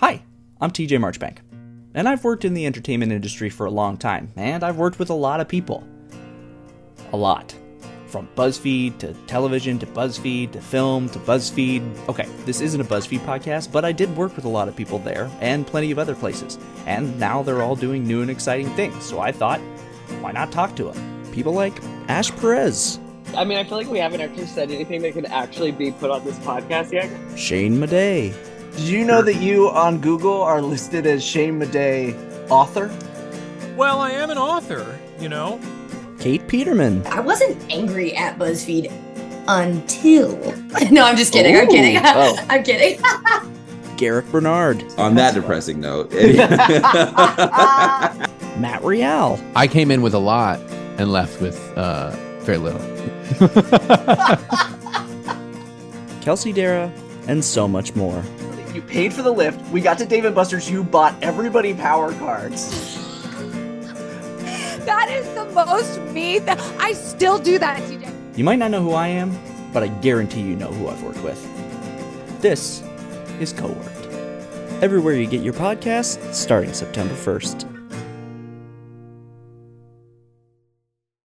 Hi, I'm TJ Marchbank, and I've worked in the entertainment industry for a long time, and I've worked with a lot of people. A lot. From BuzzFeed to television to BuzzFeed to film to BuzzFeed. Okay, this isn't a BuzzFeed podcast, but I did work with a lot of people there and plenty of other places, and now they're all doing new and exciting things, so I thought, why not talk to them? People like Ash Perez, I mean, I feel like we haven't actually said anything that could actually be put on this podcast yet. Shane Madej, Did you know that you on Google are listed as Shane Madej author? Well, I am an author, you know. Kate Peterman, I wasn't angry at BuzzFeed until. No, I'm just kidding. I'm kidding. Ooh, oh. I'm kidding. Garrick Bernard, On that depressing note, Matt Rial, I came in with a lot and left with uh, very little. Kelsey Dara, and so much more. You paid for the lift. We got to David Buster's. You bought everybody power cards. That is the most me. That I still do that, TJ. You might not know who I am, but I guarantee you know who I've worked with. This is Coworked. Everywhere you get your podcasts, starting September 1st.